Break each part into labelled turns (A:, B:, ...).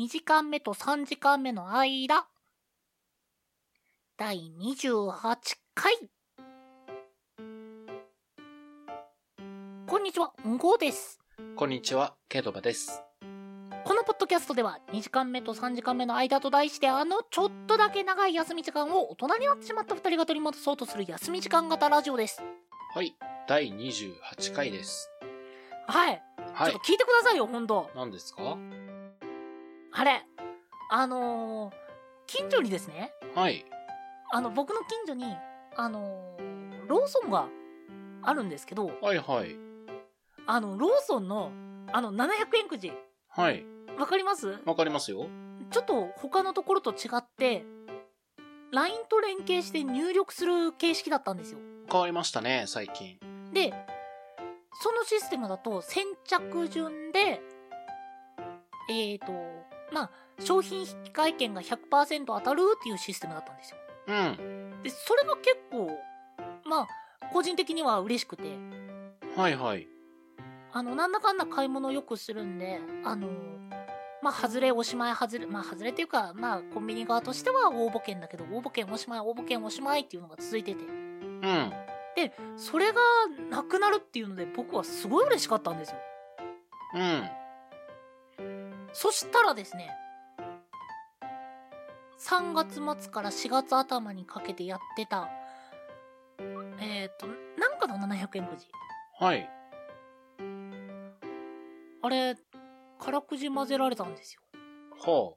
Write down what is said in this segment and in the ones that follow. A: 2時間目と3時間目の間第28回こんにちは、ゴーです
B: こんにちは、ケドバです。
A: このポッドキャストでは2時間目と3時間目の間と題してあのちょっとだけ長い休み時間を大人になってしまった2人が取り戻そうとする休み時間型ラジオです
B: はい、第28回です。
A: はい、
B: は
A: ちょ
B: い
A: っ、と聞いてくださいよほんと
B: 何ですか
A: あれあのー、近所にですね
B: はい、
A: あの僕の近所にあのーローソンがあるんですけど
B: はいはい、
A: あのローソンのあの700円くじ
B: はい、
A: わかります
B: わかりますよ。
A: ちょっと他のところと違って LINE と連携して入力する形式だったんですよ
B: 変わりましたね、最近。
A: でそのシステムだと先着順でえーとまあ商品引換券が100%当たるっていうシステムだったんですよ
B: うん、
A: でそれが結構まあ個人的には嬉しくて
B: はいはい、
A: あのなんだかんだ買い物をよくするんであのまあ外れおしまい外れまあ外れっていうかまあコンビニ側としては応募券だけど応募券おしまい応募券おしまいっていうのが続いてて
B: うん、
A: それがなくなるっていうので僕はすごい嬉しかったんですよ
B: うん、
A: そしたらですね3月末から4月頭にかけてやってたえっ、となんかの700円くじ
B: はい、
A: あれ辛くじ混ぜられたんですよ
B: は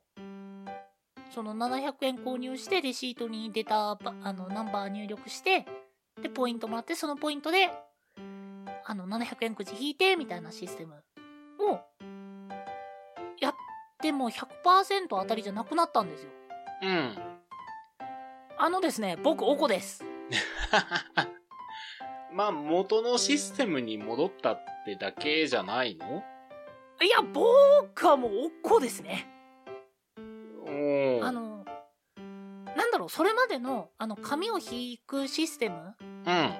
A: その700円購入してレシートに出たばあのナンバー入力してでポイントもらってそのポイントであの700円くじ引いてみたいなシステムをやっても100%当たりじゃなくなったんですよ
B: あ、うん。
A: あのですね僕おこです
B: まあ、元のシステムに戻ったってだけじゃないの
A: いや僕はもうおこですね
B: お
A: あ
B: ー
A: のなんだろうそれまでのあの紙を引くシステム
B: うん、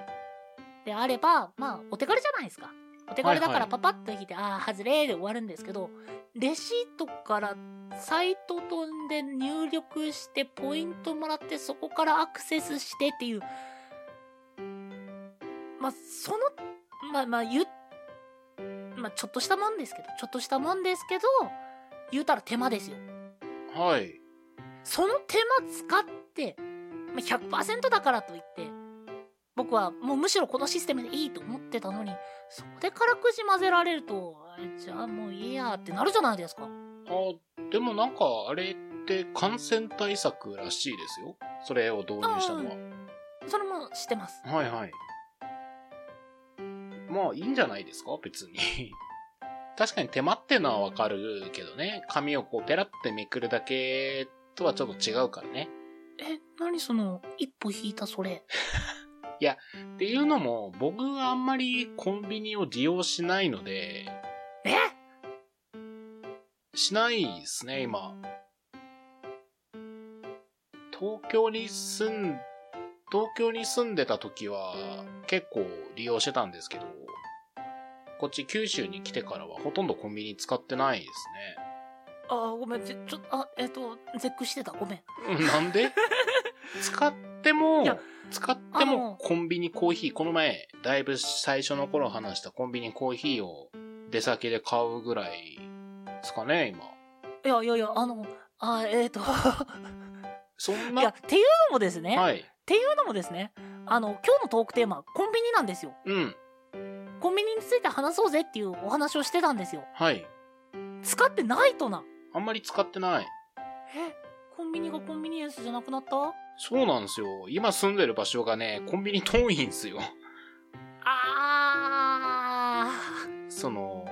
A: であれば、まあ、お手軽じゃないですか。お手軽だか
B: はい
A: ら
B: はい
A: パパッと引いて、ああ、外れで終わるんですけど、レシートからサイト飛んで入力して、ポイントもらって、そこからアクセスしてっていう、まあ、その、まあまあ言う、まあちょっとしたもんですけど、ちょっとしたもんですけど、言うたら手間ですよ。
B: はい、
A: その手間使って、まあ、100%だからといって僕はもうむしろこのシステムでいいと思ってたのにそこで辛くじ混ぜられるとあじゃあもういいやってなるじゃないですか
B: あ、でもなんか、あれって感染対策らしいですよ。それを導入したのは。
A: それもしてます
B: はいはい。まあ、いいんじゃないですか別に。 確かに手間ってのはわかるけどね。紙をこうペラってめくるだけとはちょっと違うからね。
A: え何その一歩引いたそれ
B: っていうのも、僕はあんまりコンビニを利用しないので、
A: え
B: しないですね、今。東京に住ん、東京に住んでた時は結構利用してたんですけど、こっち九州に来てからはほとんどコンビニ使ってないです
A: あーごめんぜちょっとあえっ、と絶句してたごめん
B: ね うん。な んで使っても
A: いや、
B: 使って
A: あの
B: もコンビニコーヒー、この前、だいぶ最初の頃話したコンビニコーヒーを出先で買うぐらいですかね、今。
A: いやいやいやあのあー えっ、と
B: そん
A: いやっ
B: な、
A: ていうのもですね、っ
B: はい。
A: ていうのもですねあの今日のトークテーマコンビニなんですよ
B: うん、
A: コンビニについて話そうぜっていうお話をしてたんですよ
B: はい。
A: 使ってないとな
B: あんまり使ってない。
A: えコンビニがコンビニエンスじゃなくなった
B: そうなんですよ。今住んでる場所がね、コンビニ遠いんですよ。
A: あ
B: その、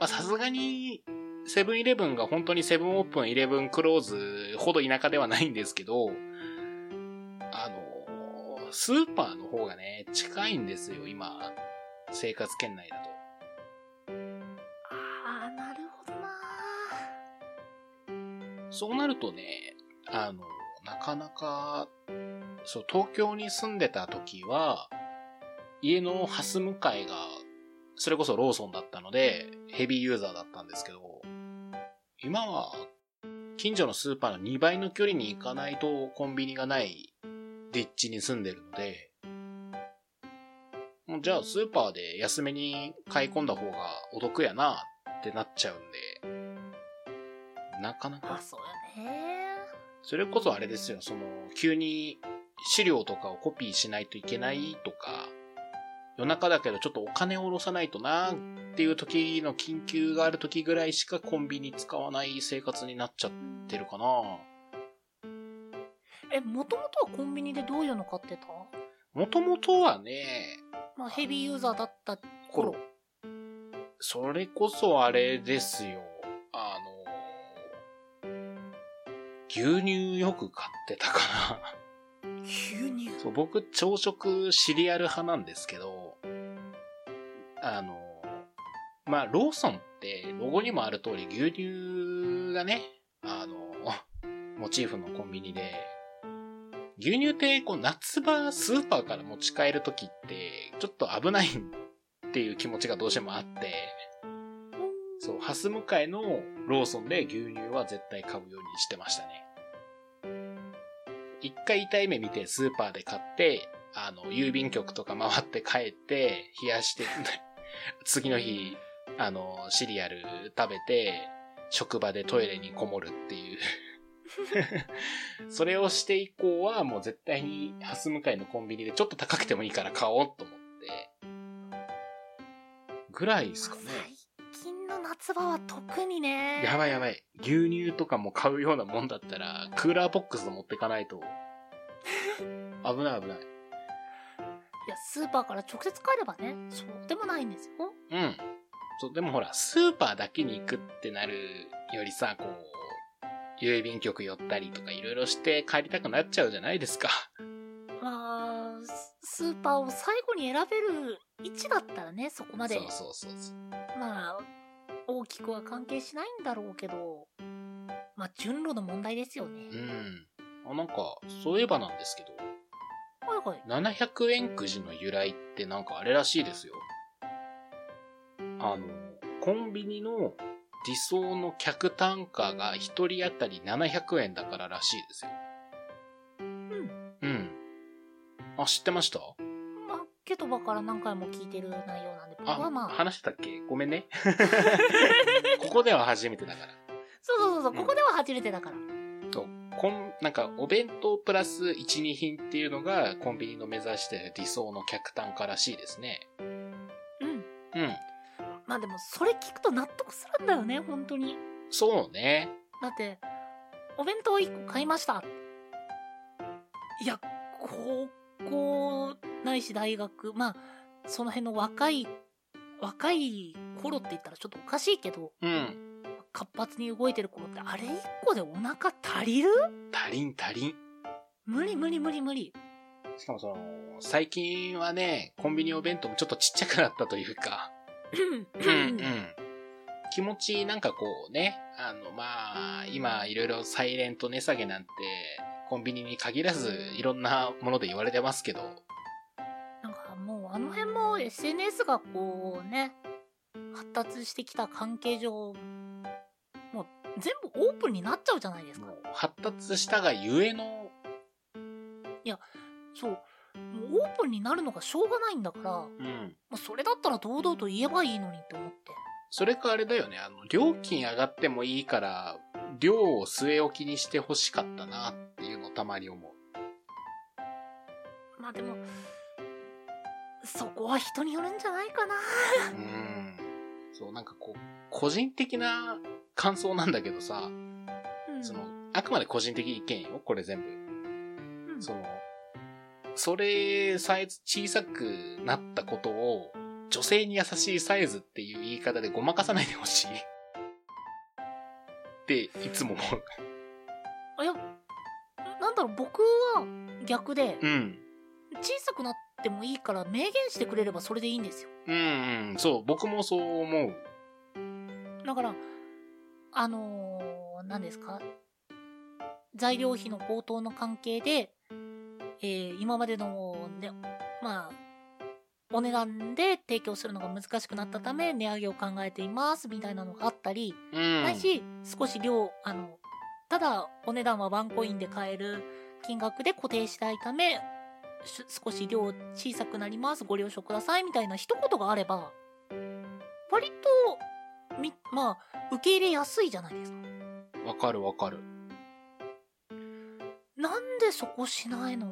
B: まあ、さすがに、セブンイレブンが本当にセブンオープン、イレブンクローズほど田舎ではないんですけど、あの、スーパーの方がね、近いんですよ、今。生活圏内だと。
A: あーなるほどな
B: そうなるとね、あの、なかなか、そう、東京に住んでた時は、家のハス向かいが、それこそローソンだったので、ヘビーユーザーだったんですけど、今は、近所のスーパーの2倍の距離に行かないとコンビニがない立地に住んでるので、もうじゃあスーパーで安めに買い込んだ方がお得やなってなっちゃうんで、なかな
A: あ
B: か、
A: そうよね
B: それこそあれですよ、その、急に資料とかをコピーしないといけないとか、夜中だけどちょっとお金を下ろさないとなっていう時の緊急がある時ぐらいしかコンビニ使わない生活になっちゃってるかな。
A: えもともとはコンビニでどういうの買ってた
B: もともとはね、
A: まあヘビーユーザーだった頃
B: それこそあれですよ。あの、牛乳よく買ってたかな。
A: 牛乳
B: そう、僕、朝食シリアル派なんですけど、あの、まあ、ローソンって、ロゴにもある通り、牛乳がね、あの、モチーフのコンビニで、牛乳って、こう、夏場、スーパーから持ち帰るときって、ちょっと危ないっていう気持ちがどうしてもあって、そう、ハス向かいのローソンで牛乳は絶対買うようにしてましたね。一回痛い目見てスーパーで買って、あの、郵便局とか回って帰って、冷やして、 次の日、あの、シリアル食べて、職場でトイレにこもるっていう。それをして以降はもう絶対にハス向かいのコンビニでちょっと高くてもいいから買おうと思って。ぐらいですかね。
A: 最近の夏場は特にね
B: やばいやばい。牛乳とかも買うようなもんだったら、クーラーボックス持ってかないと。危ない危ない。
A: いやスーパーから直接買えればねそうでもないんですよ
B: うん。そう、でもほら、スーパーだけに行くってなるよりさ、こう、郵便局寄ったりとかいろいろして帰りたくなっちゃうじゃないですか。
A: まあススーパーを最後に選べる位置だったらねそこまで
B: そうそうそうそう。
A: まあ大きくは関係しないんだろうけどまあ順路の問題ですよね、
B: うん。あ、なんか、そういえばなんですけど、
A: はいはい
B: 700円くじの由来ってなんかあれらしいですよ。あの、コンビニの理想の客単価が1人当たり700円だかららしいですよ。
A: ん
B: うん。あ、知ってました
A: まあケトバから何回も聞いてる内容なんで僕
B: あ、
A: はまあ
B: 話してたっけごめ んね。ここでは初めてだから。
A: そうそうそうそううんここでは初めてだから、
B: とこんなんか、お弁当プラス1、2品っていうのがコンビニの目指してる理想の客単価らしいですね。
A: うん
B: うん。
A: まあでもそれ聞くと納得するんだよね本当に
B: そうね。
A: だってお弁当1個買いましたいや高校ないし大学まあその辺の若い若い頃って言ったらちょっとおかしいけど
B: うん。
A: 活発に動いてる頃ってあれ1個でお腹足りる
B: 足りん足りん。
A: 無理無理無理無理
B: しかもその、最近はね、コンビニお弁当もちょっとちっちゃくなったというか、 気持ちなんかこうね、あの、まあ、今いろいろサイレント値下げなんて、コンビニに限らずいろんなもので言われてますけど、
A: なんかもうあの辺も SNS がこうね発達してきた関係上もう全部オープンになっちゃうじゃないですか
B: もう発達したがゆえの、
A: そう。もうオープンになるのがしょうがないんだから、ま
B: うん。
A: あ、それだったら堂々と言えばいいのにって思って。
B: それかあれだよね、あの、料金上がってもいいから、量を据え置きにして欲しかったなっていうのをたまに思う。
A: まあでも、そこは人によるんじゃないかな。
B: うん。そう、なんかこう、個人的な感想なんだけどさ、
A: うん、
B: その、あくまで個人的意見よ、これ全部。
A: うん
B: その、それ、サイズ小さくなったことを、女性に優しいサイズっていう言い方でごまかさないでほしい。 って、いつも思う。
A: あ、いや、なんだろう、僕は逆で、
B: うん。
A: 小さくなってもいいから明言してくれればそれでいいんですよ。
B: うん、うん、そう、僕もそう思う。
A: だから、あのー、何ですか材料費の高騰の関係で、えー今までの、ね、まあ、お値段で提供するのが難しくなったため、値上げを考えています、みたいなのがあったり、
B: うん。
A: ないし、少し量、あの、ただお値段はワンコインで買える金額で固定したいため、し少し量小さくなります、ご了承くださいみたいな一言があれば、割と、み、まあ、受け入れやすいじゃないですか。
B: わかるわかる。
A: なんでそこしないの
B: う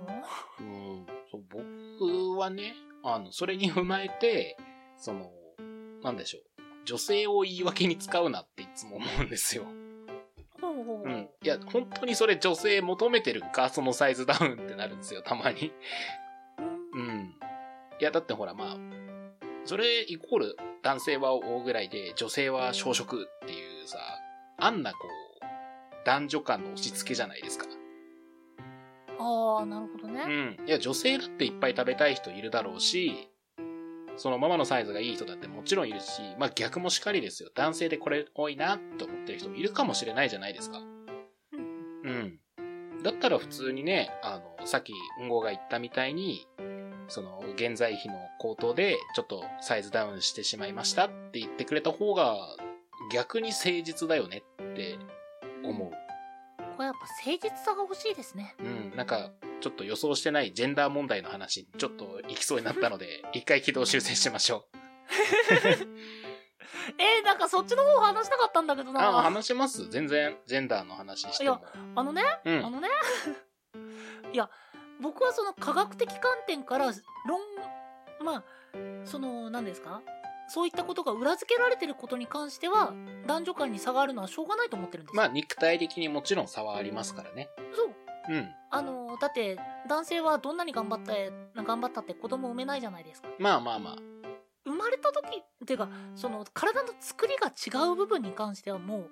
B: ん、そう僕はね、あの、それに踏まえて、その、なんでしょう。女性を言い訳に使うなっていつも思うんですよ。
A: ほうほう。
B: うん。いや、本当にそれ女性求めてるか、そのサイズダウンってなるんですよ、たまに。うん。いや、だってほら、まあ、それイコール男性は大ぐらいで、女性は小食っていうさ、あんなこう、男女間の押し付けじゃないですか。
A: ああ、なるほどね。
B: うん。いや、女性だっていっぱい食べたい人いるだろうし、そのままのサイズがいい人だってもちろんいるし、まあ逆もしかりですよ。男性でこれ多いなって思ってる人もいるかもしれないじゃないですか。うん。だったら普通にね、あの、さっき、うんごが言ったみたいに、その、現在費の高騰で、ちょっとサイズダウンしてしまいましたって言ってくれた方が、逆に誠実だよねって思う。
A: これやっぱ誠実さが欲しいですね。
B: うん、なんか、ちょっと予想してないジェンダー問題の話にちょっと行きそうになったので、一回軌道修正しましょう。
A: えー、なんかそっちの方話したかったんだけどな。
B: あ、話します全然、ジェンダーの話しても。
A: あのね、
B: う
A: あ
B: ん。
A: のね、 いや、僕はその科学的観点から論、まあ、その、何ですかそういったことが裏付けられてることに関しては、男女間に差があるのはしょうがないと思ってるんですよ。
B: まあ、肉体的にもちろん差はありますからね。
A: そう。
B: うん。
A: あの、だって、男性はどんなに頑張って、頑張ったって子供産めないじゃないですか。
B: まあまあまあ。
A: 生まれた時、っていうか、その、体の作りが違う部分に関してはもう、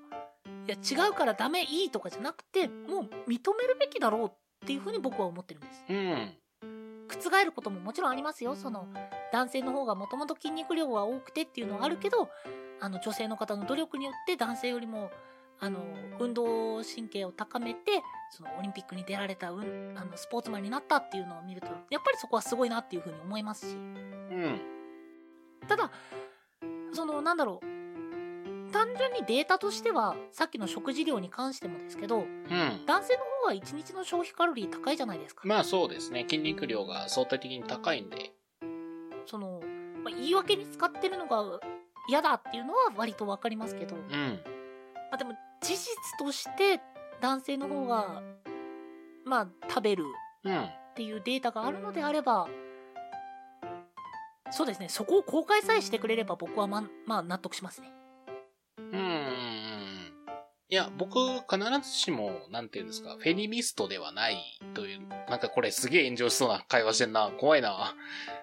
A: いや、違うからダメ、いいとかじゃなくて、もう認めるべきだろうっていうふうに僕は思ってるんです。
B: うん。
A: 覆ることももちろんありますよ。その、男性の方がもともと筋肉量は多くてっていうのはあるけど、あの、女性の方の努力によって男性よりも、あの、運動神経を高めて、その、オリンピックに出られた、うん、あの、スポーツマンになったっていうのを見ると、やっぱりそこはすごいなっていうふうに思いますし。
B: うん。
A: ただ、その、なんだろう。単純にデータとしては、さっきの食事量に関してもですけど、
B: うん。
A: 男性の方は1日の消費カロリー高いじゃないですか。
B: まあそうですね。筋肉量が相対的に高いんで。
A: その、まあ、言い訳に使ってるのが嫌だっていうのは割とわかりますけど、ま
B: うん。
A: あ、でも事実として男性の方が、まあ、食べる
B: うん。
A: っていうデータがあるのであれば、そうですね、そこを公開さえしてくれれば僕はま、まあ、納得しますね。
B: うんうんうん。いや、僕、必ずしも、なんていうんですか、フェニミストではないという、なんかこれすげえ炎上しそうな会話してんな。怖いな。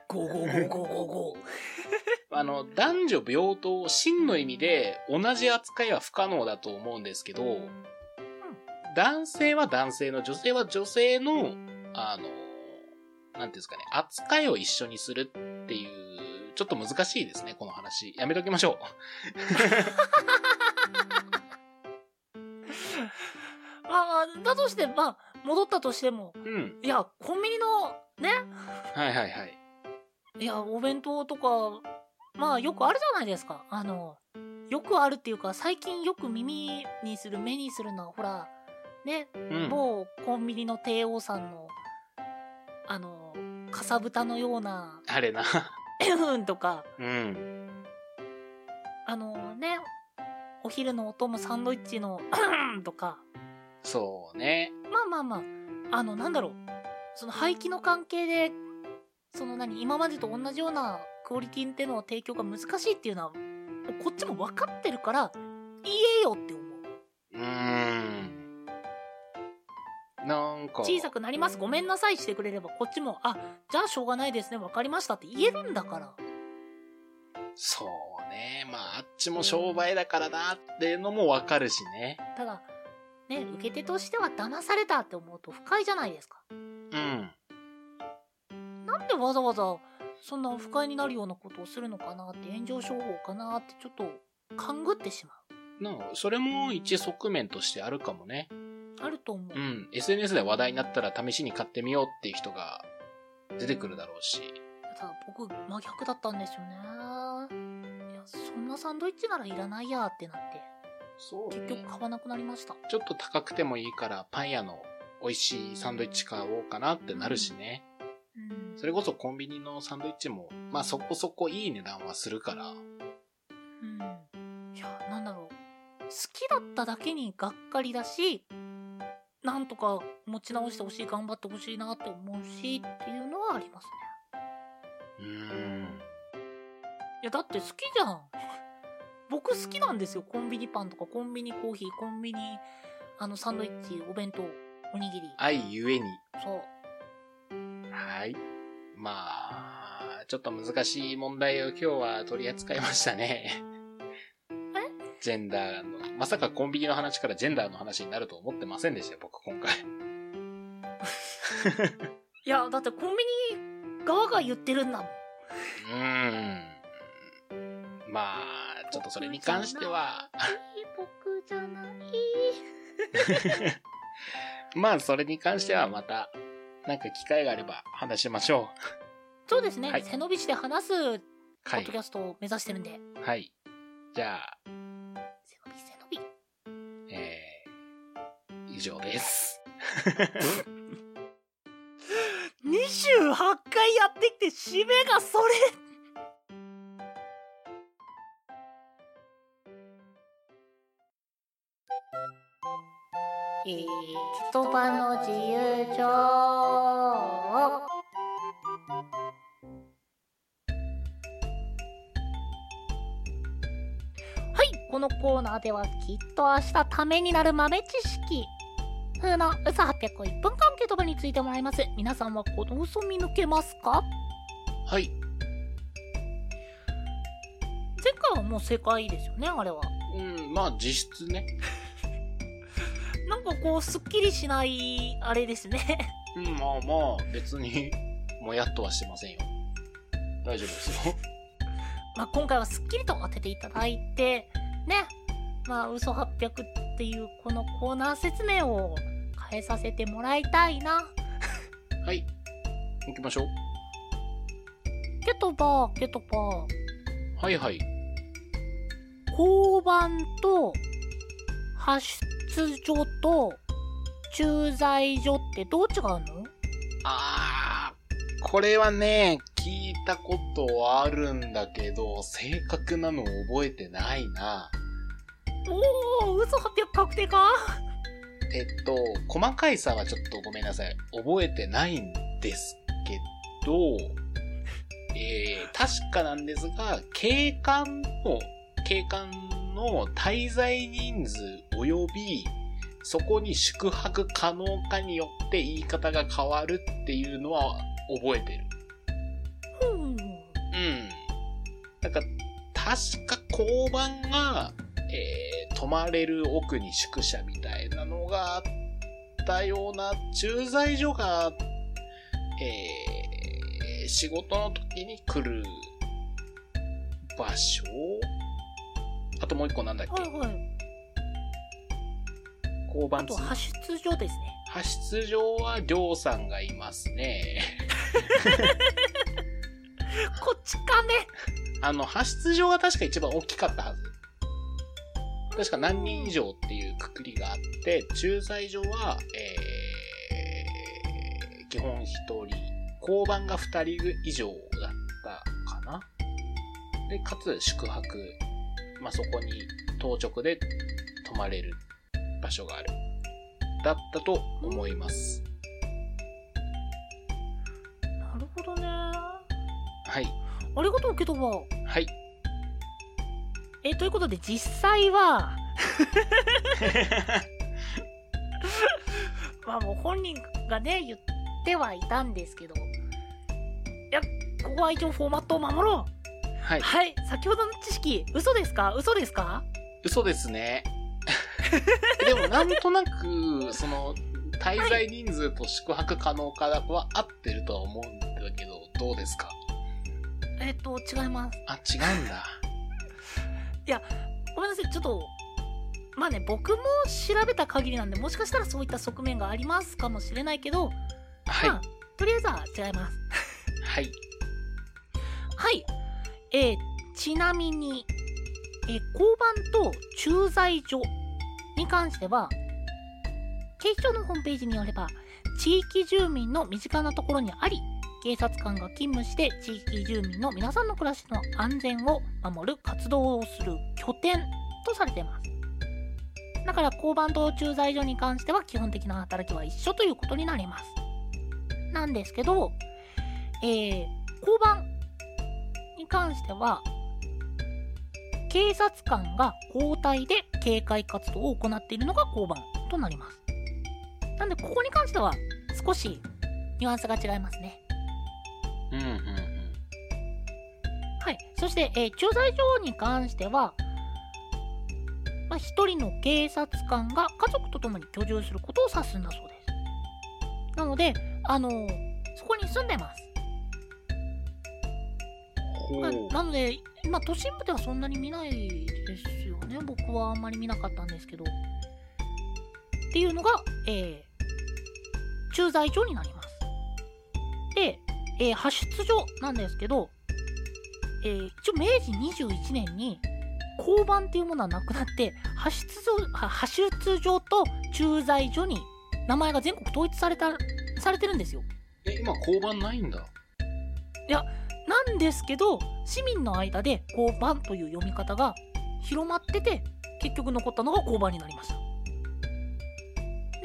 A: ゴーゴーゴーゴーゴー ゴー。
B: あの、男女平等、真の意味で同じ扱いは不可能だと思うんですけど、男性は男性の、女性は女性の、あの、なんていうんですかね、扱いを一緒にするっていう、ちょっと難しいですね、この話。やめときましょ
A: まあ、だとして、まあ、戻ったとしても、
B: う。うん。
A: いや、コンビニの、ね、
B: はいはいはい。
A: いや、お弁当とか、まあよくあるじゃないですか。あの、よくあるっていうか、最近よく耳にする、目にするのは、ほら、ね、
B: うん。
A: 某コンビニの帝王さんの、あの、かさぶたのような、
B: あれな。
A: とか、
B: うん。
A: あのね、お昼のお供サンドイッチの、とか、
B: そうね。
A: まあまあまあ、あの、なんだろう、その廃棄の関係で、その何、今までと同じようなクオリティでの提供が難しいっていうのは、もうこっちも分かってるから、言えよって思う。
B: うーん。なんか、
A: 小さくなります、ごめんなさいしてくれれば、こっちも、あ、じゃあしょうがないですね、分かりましたって言えるんだから。
B: そうね。まあ、あっちも商売だからなっていうのもわかるしね。
A: ただ、ね、受け手としては騙されたって思うと不快じゃないですか。
B: うん。
A: なんでわざわざ、そんな不快になるようなことをするのかなって、炎上商法かなって、ちょっと、勘ぐってしま
B: なんかそれも一側面としてあるかもね。
A: う。あると思う。
B: うん。SNS で話題になったら試しに買ってみようっていう人が出てくるだろうし。
A: ただ僕真逆だったんですよねいやそんなサンドイッチならいらないやってなって
B: そう、
A: 結局買わなくなりました。
B: ちょっと高くてもいいから、パン屋の美味しいサンドイッチ買おうかなってなるしね。
A: うん。
B: それこそコンビニのサンドイッチも、まあそこそこいい値段はするから。
A: うん。いや、なんだろう。好きだっただけにがっかりだし、なんとか持ち直してほしい、頑張ってほしいなって思うしっていうのはありますね。
B: うーん。
A: いや、だって好きじゃん。 僕好きなんですよ。コンビニパンとか、コンビニコーヒー、コンビニ、あの、サンドイッチ、お弁当、おにぎり。
B: 愛ゆえに。
A: そう。
B: はい。まあ、ちょっと難しい問題を今日は取り扱いましたね。ジェンダーの、まさかコンビニの話からジェンダーの話になると思ってませんでしたよ、僕今回。
A: いや、だってコンビニ側が言ってるんだもん。
B: うーん。まあ、ちょっとそれに関しては、
A: 僕じゃない。
B: まあ、それに関してはまた、なんか機会があれば話しましょう。
A: そうですね、
B: はい
A: 背伸びして話すポ
B: は
A: ッドキ
B: い。
A: ャストを目指してるんで。
B: はい。じゃあ、
A: 背伸び、背伸び。
B: えー、以上です。
A: 28回やってきて締めがそれ言葉の自由帳はいこのコーナーではきっと明日ためになる豆知識風の嘘800を1分間受け止めについてもらいます皆さんはこの嘘見抜けますか
B: はい。
A: 前回はもう正解ですよねあれは
B: うん、まあ、実質ね。
A: なんかこうすっきりしないあれですね
B: うん、まあまあ、別に、 もやっとはしてませんよ。大丈夫ですよ。
A: まあ今回はすっきりと当てていただいてねまあ嘘800っていうこのコーナー説明を変えさせてもらいたいな
B: はい。行きましょう。
A: ケトバーケトバー
B: はいはい。
A: 交番と派出所と駐在所ってどう違うの
B: あー、これはね、聞いたことはあるんだけど、正確なの覚えてないな。
A: おお嘘800確定か
B: えっと、細かい差はちょっとごめんなさい。覚えてないんですけど、えー、確かなんですが、警官の、警官の滞在人数及び、そこに宿泊可能かによって言い方が変わるっていうのは覚えてる。
A: うん
B: うん。なんか、確か交番が、えー泊まれる奥に宿舎みたいなのがあったような、駐在所が、えー仕事の時に来る場所あともう一個なんだっけ、
A: はいはい
B: 交
A: あ
B: 番
A: と
B: 通
A: 派出所ですね
B: 派出所はりょうさんがいますね。
A: こっちかね
B: あの、派出所が確か一番大きかったはず。確か何人以上っていうくくりがあって、駐在所は、えー、基本1人、交番が2人以上だったかな。で、かつ宿泊、まあ、そこに当直で泊まれる場所がある。だったと思います。
A: なるほどねあ
B: はい。
A: りがとうけども
B: はい。
A: えということで実際はまあもう本人がね言ってはいたんですけどいやここは一応フォーマットを守ろう
B: はい。
A: はい先ほどの知識嘘ですか嘘ですか
B: 嘘ですね。 でもなんとなく、その、滞在人数と宿泊可能かは合ってるとは思うんだけど、どうですか
A: えっ、と違います
B: あ、違うんだ。
A: ごめんなさいちょっとまあね僕も調べた限りなんでもしかしたらそういった側面がありますかもしれないけど、
B: はい
A: ま。あとりあえずは違います
B: はい。
A: はい。えーちなみに、えー交番と駐在所に関しては警視庁のホームページによれば地域住民の身近なところにあり警察官が勤務して地域住民の皆さんの暮らしの安全を守る活動をする拠点とされていますだから交番と駐在所に関しては基本的な働きは一緒ということになりますなんですけど、えー交番に関しては警察官が交代で警戒活動を行っているのが交番となりますなんでここに関しては少しニュアンスが違いますね
B: うんうん
A: はいそして、えー駐在所に関してはまあ、1人の警察官が家族と共に居住することを指すんだそうですなのであのーそこに住んでます
B: うん。
A: まあ
B: ほう。
A: なので、まあ、都心部ではそんなに見ないですよね僕はあんまり見なかったんですけどっていうのが、えー駐在所になりますで、えー発出所なんですけど、えー一応明治21年に交番っていうものはなくなって発出所は発出所と駐在所に名前が全国統一されたされてるんですよ
B: え、今交番ないんだ。
A: なんですけど市民の間で交番という読み方が広まってて結局残ったのが交番になりました、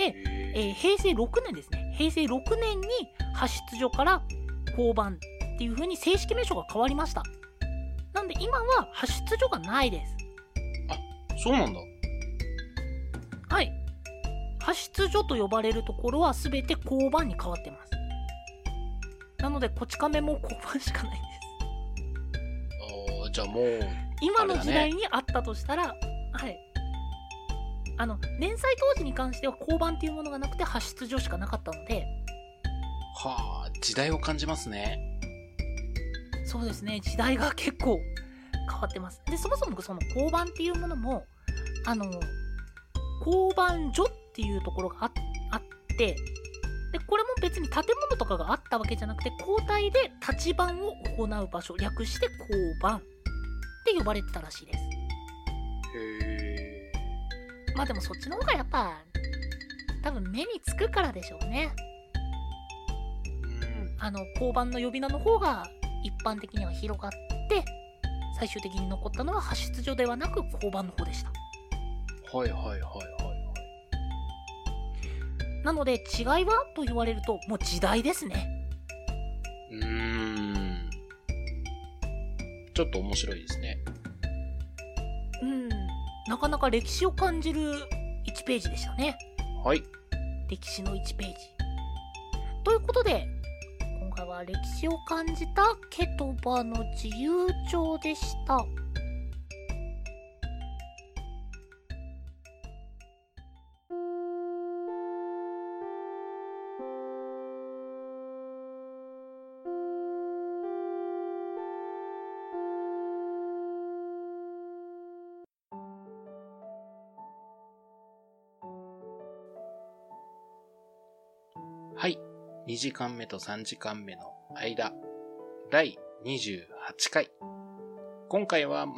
A: え
B: え
A: ー平成6年ですね平成6年に派出所から交番っていう風に正式名称が変わりましたなんで今は派出所がないです
B: そうなんだ。
A: はい派出所と呼ばれるところは全て交番に変わってますなのでこち亀も交番しかないです
B: あーじゃあもう、
A: 今の時代にあったとしたら、はいあの連載当時に関しては交番っていうものがなくて派出所しかなかったので
B: はあ、時代を感じますね。
A: そうですね時代が結構変わってますでそもそもその交番っていうものもあの交番所っていうところがああってでこれも別に建物とかがあったわけじゃなくて交代で立番を行う場所略して交番って呼ばれてたらしいです
B: へ
A: まあでもそっちの方がやっぱ多分目につくからでしょうね
B: うん。
A: あの交番の呼び名の方が一般的には広がって最終的に残ったのは派出所ではなく交番の方でした
B: はいはいはいはい
A: なので違いはと言われるともう時代ですね
B: はい。うーん。ちょっと面白いですね。
A: うんなかなか歴史を感じる1ページでしたね
B: はい。
A: 歴史の1ページということで今回は歴史を感じたケトバの自由帳でした
B: はい。2時間目と3時間目の間、第28回。今回は、ま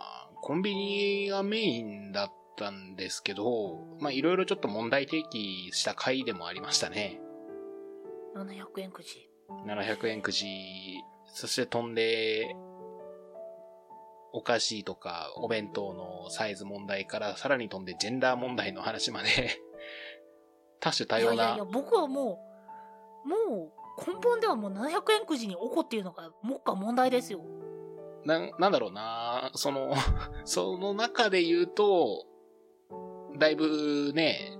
B: あ、コンビニがメインだったんですけど、まあ、いろいろちょっと問題提起した回でもありましたね。
A: 700円くじ
B: 700円くじ、そして飛んで、お菓子とかお弁当のサイズ問題から、さらに飛んでジェンダー問題の話まで、多種多様
A: いやいや
B: ない
A: や、僕はもうもう根本ではもう700円くじにおこっていうのが目下問題ですよ
B: な、なんだろうなその、 その中で言うと、だいぶね、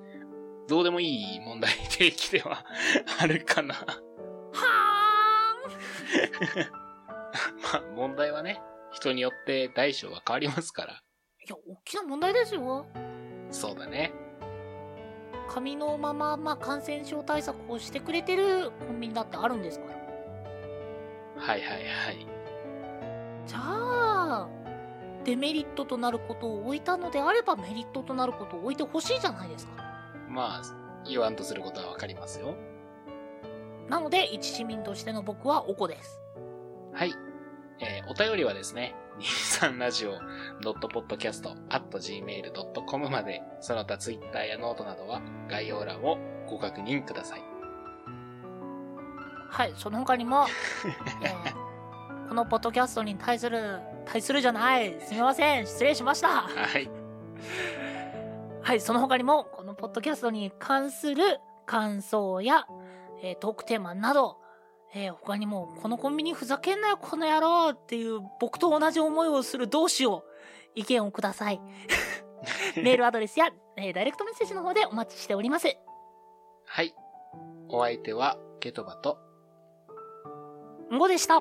B: どうでもいい問題提起では あるかな。
A: はーん
B: まあ、問題はね、人によって大小は変わりますから。
A: いや大きな問題ですよ
B: そうだね。
A: 紙のまま、まあ、感染症対策をしてくれてるコンビニだってあるんですから
B: はいはいはい。
A: じゃあデメリットとなることを置いたのであればメリットとなることを置いてほしいじゃないですか
B: まあ、言わんとすることはわかりますよ。
A: なので一市民としての僕はおこです
B: はい。えーお便りはですね、 23ラジオ .podcast.gmail.com まで、その他ツイッターやノートなどは概要欄をご確認ください。
A: はい、その他にも、えーこのポッドキャストに対する、対するじゃない、すみません、失礼しました。
B: はい。
A: はい、その他にも、このポッドキャストに関する感想や、えートークテーマなど、えー他にも、このコンビニふざけんなよ、この野郎っていう、僕と同じ思いをする同志を、意見をください。メールアドレスや、えーダイレクトメッセージの方でお待ちしております。
B: はい。お相手は、ケトバと、
A: んごでした。